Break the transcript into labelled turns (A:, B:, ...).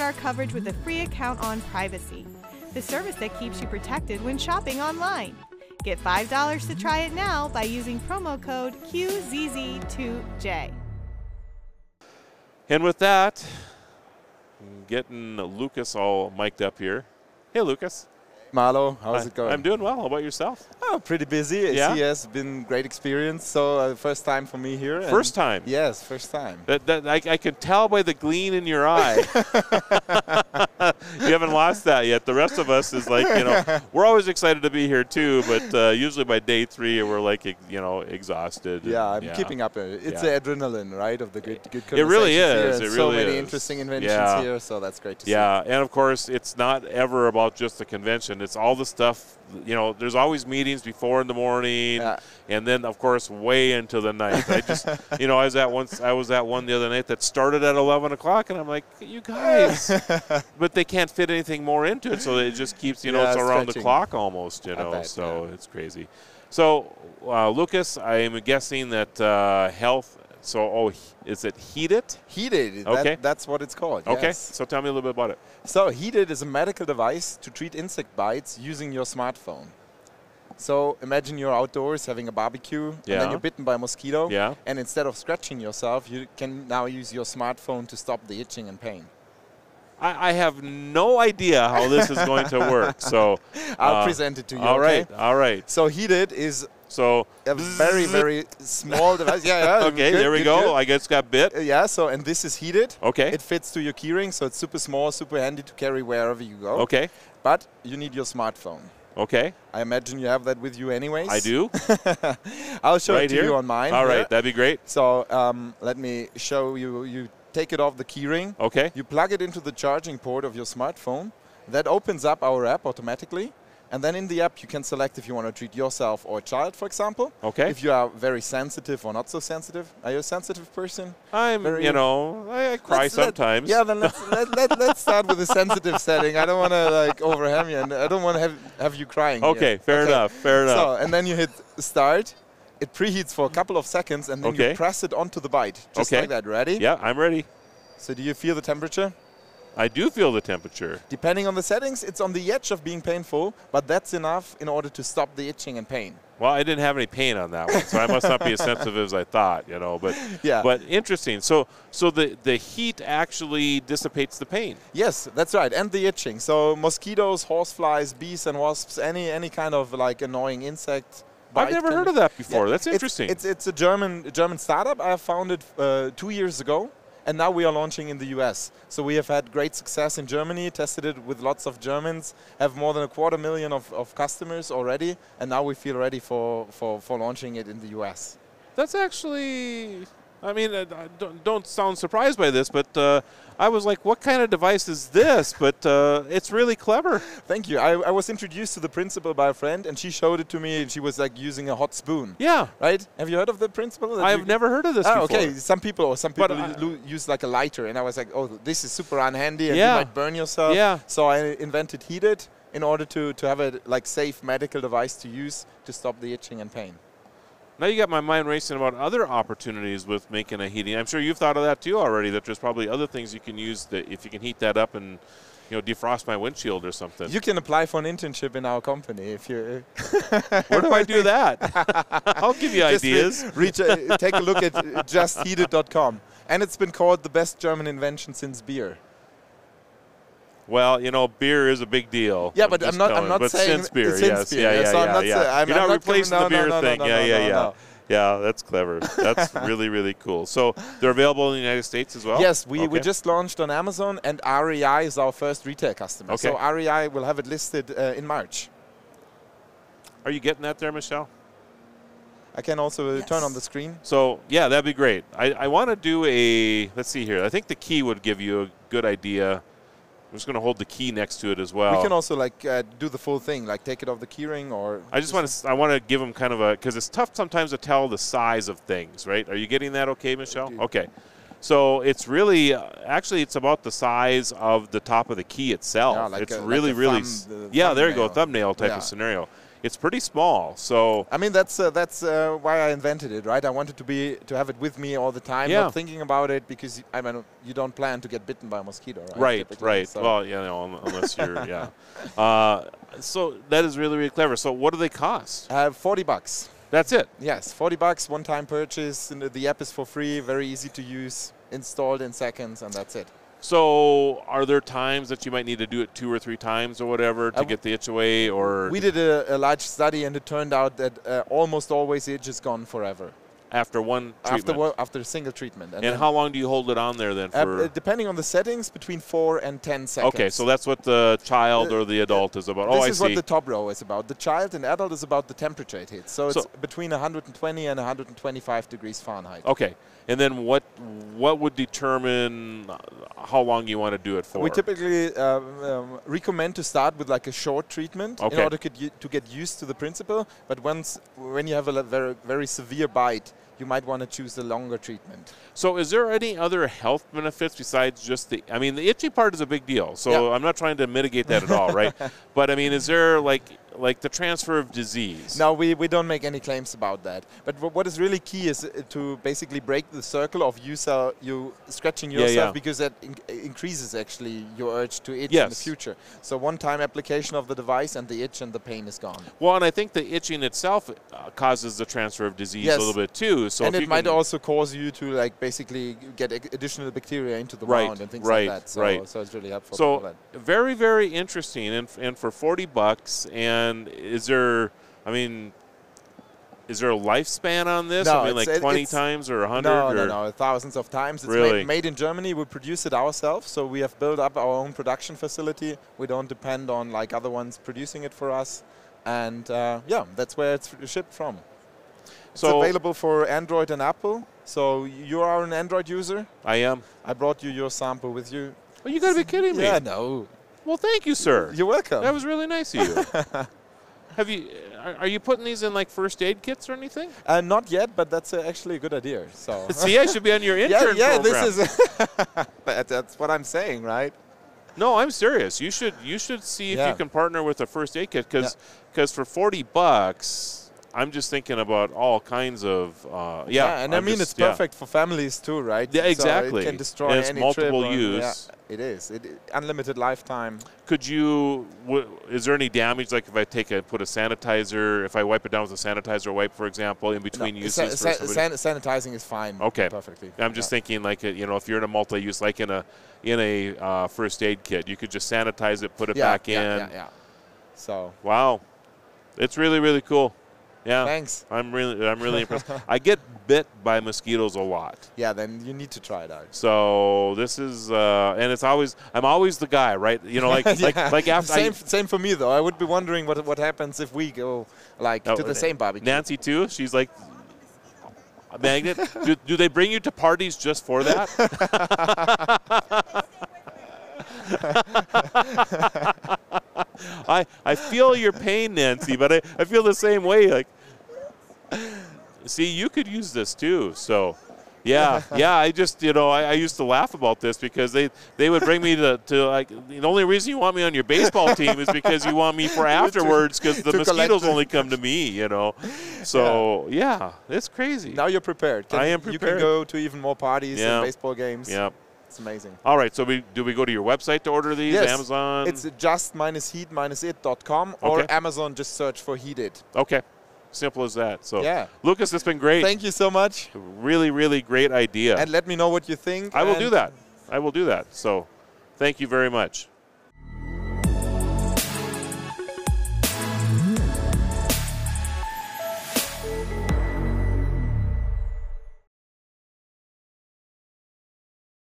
A: our coverage with a free account on Privacy, the service that keeps you protected when shopping online. Get $5 to try it now by using promo code QZZ2J.
B: And with that, I'm getting Lucas all mic'd up here. Hey, Lucas.
C: Marlo, how's it going?
B: I'm doing well. How about yourself?
C: oh, pretty busy.
B: Yeah?
C: CES been great experience. So uh, first time for me here. and-
B: First time.
C: Yes, first time.
B: That, that I, I can tell by the gleam in your eye. you haven't lost that yet. The rest of us is like, you know, we're always excited to be here too, but uh, usually by day three we're like, ex- you know, exhausted.
C: Yeah, I'm keeping up. uh, It's
B: Yeah.
C: the adrenaline, right, of the good, good
B: It really is,
C: conversations Here.
B: it
C: and so
B: really
C: many
B: is.
C: interesting inventions
B: Yeah.
C: here. So that's great to see.
B: Yeah, and of course, it's not ever about just the convention. It's all the stuff. You know, there's always meetings before in the morning,
C: Yeah.
B: and then of course way into the night. I just, you know, I was at once. I was at one the other night that started at 11 o'clock, and I'm like, you guys, but they can't fit anything more into it, so it just keeps. You know,
C: Yeah,
B: it's around the
C: stretching.
B: clock almost. You
C: I
B: know,
C: bet,
B: so it's crazy. So, uh, Lucas, I'm guessing that uh, health. So, oh, is it Heat It?
C: Heated.
B: Okay.
C: That, that's what it's called.
B: Okay,
C: yes.
B: so tell me a little bit about it.
C: So Heated is a medical device to treat insect bites using your smartphone. So imagine you're outdoors having a barbecue and
B: Yeah.
C: then you're bitten by a mosquito.
B: Yeah.
C: And instead of scratching yourself, you can now use your smartphone to stop the itching and pain.
B: I, I have no idea how this is going to work. So
C: I'll
B: uh,
C: present it to you.
B: All right,
C: okay?
B: all right.
C: So Heated is
B: So
C: a very, very small device. Yeah, yeah.
B: okay.
C: good,
B: there we
C: good,
B: go.
C: good.
B: I just got bit.
C: Uh, yeah, so and this is heated.
B: Okay.
C: It fits to your keyring, so it's super small, super handy to carry wherever you go.
B: Okay,
C: But you need your smartphone.
B: okay.
C: I imagine you have that with you anyways.
B: I do.
C: I'll show
B: right
C: it to
B: here
C: you on mine.
B: All
C: here.
B: right, that'd be great.
C: So um, let me show you. You take it off the keyring.
B: Okay.
C: You plug it into the charging port of your smartphone. That opens up our app automatically. And then in the app, you can select if you want to treat yourself or a child, for example.
B: Okay.
C: If you are very sensitive or not so sensitive. Are you a sensitive person?
B: I'm,
C: very-
B: you know, I, I cry
C: Let's let-
B: sometimes.
C: yeah, then let's, let, let, let's start with a sensitive setting. I don't want to like overham you, and I don't want to have, have you crying. here.
B: Okay, fair enough, fair
C: So,
B: enough.
C: and then you hit start. It preheats for a couple of seconds, and then
B: Okay.
C: you press it onto the bite, just
B: Okay.
C: like that. Ready?
B: yeah, I'm ready.
C: So, do you feel the temperature?
B: I do feel the temperature.
C: Depending on the settings, it's on the edge of being painful, but that's enough in order to stop the itching and pain.
B: Well, I didn't have any pain on that one, so I must not be as sensitive as I thought, you know. But
C: Yeah.
B: but interesting. So so the the heat actually dissipates the pain.
C: Yes, that's right, and the itching. So, mosquitoes, horseflies, bees, and wasps, any any kind of like annoying insect.
B: I've
C: bite
B: never
C: can-
B: heard of that before.
C: Yeah,
B: That's
C: it's-
B: interesting.
C: It's, it's, a German a German startup. I founded uh, two years ago, and now we are launching in the U.S. So we have had great success in Germany. Tested it with lots of Germans. Have more than a quarter million of, of customers already, and now we feel ready for, for, for launching it in the U.S.
B: That's actually, I mean, uh, I don't, don't sound surprised by this, but uh, I was like, what kind of device is this? But uh, it's really clever.
C: Thank you. I, I was introduced to the principle by a friend, and she showed it to me. And she was like using a hot spoon.
B: Yeah,
C: Right? Have you heard of the principle? that
B: I
C: you
B: have never heard of this
C: Ah,
B: before.
C: okay. Some people or some
B: But
C: people
B: I-
C: lo- use like a lighter, and I was like, oh, this is super unhandy, and
B: Yeah.
C: you might burn yourself.
B: Yeah.
C: So I invented heated in order to to have a like safe medical device to use to stop the itching and pain.
B: Now you got my mind racing about other opportunities with making a heating. I'm sure you've thought of that too already. That there's probably other things you can use that if you can heat that up and you know defrost my windshield or something.
C: You can apply for an internship in our company if you
B: Where do I do that? I'll give you
C: just re-
B: ideas.
C: reach uh, take a look at uh, justheated.com, and it's been called the best German invention since beer.
B: Well, you know, beer is a big deal.
C: Yeah, but
B: just
C: I'm not.
B: telling
C: I'm
B: you.
C: not
B: but
C: saying
B: since beer,
C: it's
B: yes,
C: since beer.
B: yeah, yeah,
C: so
B: yeah.
C: I'm not
B: yeah.
C: Saying, I'm,
B: You're
C: I'm
B: not
C: giving-
B: replacing
C: no,
B: the beer
C: no, no,
B: thing.
C: No, no,
B: yeah,
C: no,
B: yeah,
C: no,
B: yeah.
C: no.
B: Yeah, that's clever. That's really, really cool. So they're available in the United States as well.
C: Yes, we, we
B: Oh, Okay.
C: just launched on Amazon, and REI is our first retail customer. So
B: Okay.
C: REI will have it listed uh, in March.
B: are you getting that there, Michelle?
C: I can also uh, turn on
A: Yes.
C: the screen.
B: So yeah, that'd be great. I, I want to do a let's see here. I think the key would give you a good idea. I'm just going to hold the key next to it as well.
C: We can also like uh, do the full thing, like take it off the keyring or.
B: I just want to I want to give them kind of a because it's tough sometimes to tell the size of things, right? Are you getting that okay, Michelle?
C: do.
B: Okay. So it's really uh, actually it's about the size of the top of the key itself.
C: Yeah, like
B: it's
C: a- like
B: really
C: a
B: really
C: thumb-
B: s-
C: the
B: yeah. There you go, thumbnail
C: thumbnail.
B: type
C: Yeah.
B: of scenario. it's pretty small. So
C: I mean, that's uh, that's uh, why I invented it, right? I wanted to be to have it with me all the time,
B: Yeah.
C: not thinking about it because I mean you don't plan to get bitten by a mosquito, right?
B: right,
C: Typically,
B: right.
C: so-
B: Well, you know, un- unless you're yeah. Uh, so that is really really clever. So what do they cost?
C: uh, forty bucks.
B: That's it.
C: Yes, forty bucks, one-time purchase. And the- the app is for free, very easy to use, installed in seconds, and that's it.
B: So are there times that you might need to do it two or three times or whatever to
C: Uh,
B: get the itch away or
C: We did a, a large study, and it turned out that uh, almost always the itch is gone forever
B: after one treatment?
C: after wo- after a single treatment.
B: and
C: then-
B: how long do you hold it on there then
C: Uh,
B: for?
C: uh, depending on the settings, between four and ten seconds.
B: Okay, so that's what the child or the adult is about. Oh,
C: this
B: I
C: is
B: see.
C: what the top row is about. The child and adult is about the temperature it hits. So, it's
B: So-
C: between 120 and 125 degrees Fahrenheit.
B: Okay, and then what what would determine how long you want to do it for?
C: We typically um, um, recommend to start with like a short treatment
B: Okay.
C: in order get u- to get used to the principle. But once when you have a le- very very severe bite, you might want to choose a longer treatment.
B: so, is there any other health benefits besides just the? I mean, the itchy part is a big deal. So,
C: Yeah.
B: I'm not trying to mitigate that at all, right? But I mean, is there like like the transfer of disease?
C: No, we, we don't make any claims about that. But wh- what is really key is uh, to basically break the circle of you, sell, you scratching
B: Yeah,
C: yourself
B: yeah.
C: because that in- increases actually your urge to itch in the
B: Yes.
C: future. So one time application of the device and the itch and the pain is gone.
B: Well, and I think the itching itself uh, causes the transfer of disease
C: Yes.
B: a little bit too. So,
C: and
B: if
C: it
B: you
C: might
B: can-
C: also cause you to like basically get ac- additional bacteria into the
B: Right,
C: round and things
B: right,
C: like that. So,
B: right.
C: so it's really helpful. for
B: So
C: that.
B: very, very interesting, and and for forty bucks, and is there? I mean, is there a lifespan on this? I
C: No,
B: mean,
C: it's-
B: like
C: it-
B: twenty
C: it's-
B: times or hundred?
C: No,
B: or,
C: no, no. Thousands of times. It's
B: Really?
C: made, made in Germany. We produce it ourselves, so we have built up our own production facility. We don't depend on like other ones producing it for us. And uh, yeah, that's where it's shipped from. It's
B: So
C: available for Android and Apple. So you are an Android user.
B: I am.
C: I brought you your sample with you.
B: Oh, you gotta be kidding me!
C: Yeah, no.
B: Well, thank you, sir.
C: You're welcome.
B: That was really nice of you. Have you? Are, are you putting these in like first aid kits or anything?
C: uh, not yet, but that's uh, actually a good idea. So
B: See, I should be on your
C: yeah,
B: intern
C: yeah,
B: program.
C: this is. that, that's what I'm saying, right?
B: No, I'm serious. You should you should see if
C: Yeah.
B: you can partner with a first aid kit because for forty bucks, I'm just thinking about all kinds of uh, yeah.
C: and i
B: I'm
C: mean
B: just-
C: it's
B: yeah.
C: perfect for families too, right?
B: Yeah,
C: So
B: exactly.
C: it can destroy
B: And it's
C: any
B: multiple
C: trip or-
B: use.
C: Yeah, it is. It, it- unlimited lifetime.
B: Could you? W- is there any damage? Like if I take a put a sanitizer, if I wipe it down with a sanitizer wipe, for example, in between
C: No, sa-
B: uses. for
C: sa-
B: somebody-
C: san- sanitizing is fine.
B: Okay.
C: Perfectly.
B: I'm just
C: Yeah.
B: thinking, like uh, you know, if you're in a multi-use, like in a in a uh, first aid kit, you could just sanitize it, put it
C: yeah,
B: back
C: yeah,
B: in.
C: Yeah, yeah. So
B: Wow, it's really really cool. Yeah,
C: thanks.
B: I'm really I'm really impressed. I get bit by mosquitoes a lot.
C: Yeah, then you need to try it out.
B: So this is uh, and it's always I'm always the guy, right? You know, like like
C: Yeah.
B: like after
C: same,
B: I,
C: same for me though. I would be wondering what what happens if we go like
B: Oh,
C: to the same barbecue.
B: Nancy too, she's like a magnet. do, do they bring you to parties just for that? I I feel your pain, Nancy, but I, I feel the same way. Like, see, you could use this too. So, yeah, yeah. I just you know I, I used to laugh about this because they they would bring me to, to like the only reason you want me on your baseball team is because you want me for afterwards because the
C: to collect
B: mosquitoes
C: the-
B: only come to me. You know, so yeah, it's crazy.
C: Now you're prepared. Can-
B: I am
C: You
B: prepared.
C: can go to even more parties
B: Yeah.
C: and baseball games.
B: Yeah.
C: It's amazing.
B: All right. So we do we go to your website to order these?
C: Yes.
B: Amazon.
C: It's just minus heat minus it.com or
B: Okay.
C: Amazon just search for heat it.
B: okay. Simple as that. So
C: Yeah.
B: Lucas, it's been great.
C: Thank you so much.
B: really, really great idea.
C: And let me know what you think.
B: I will
C: and
B: do that. I will do that. So thank you very much.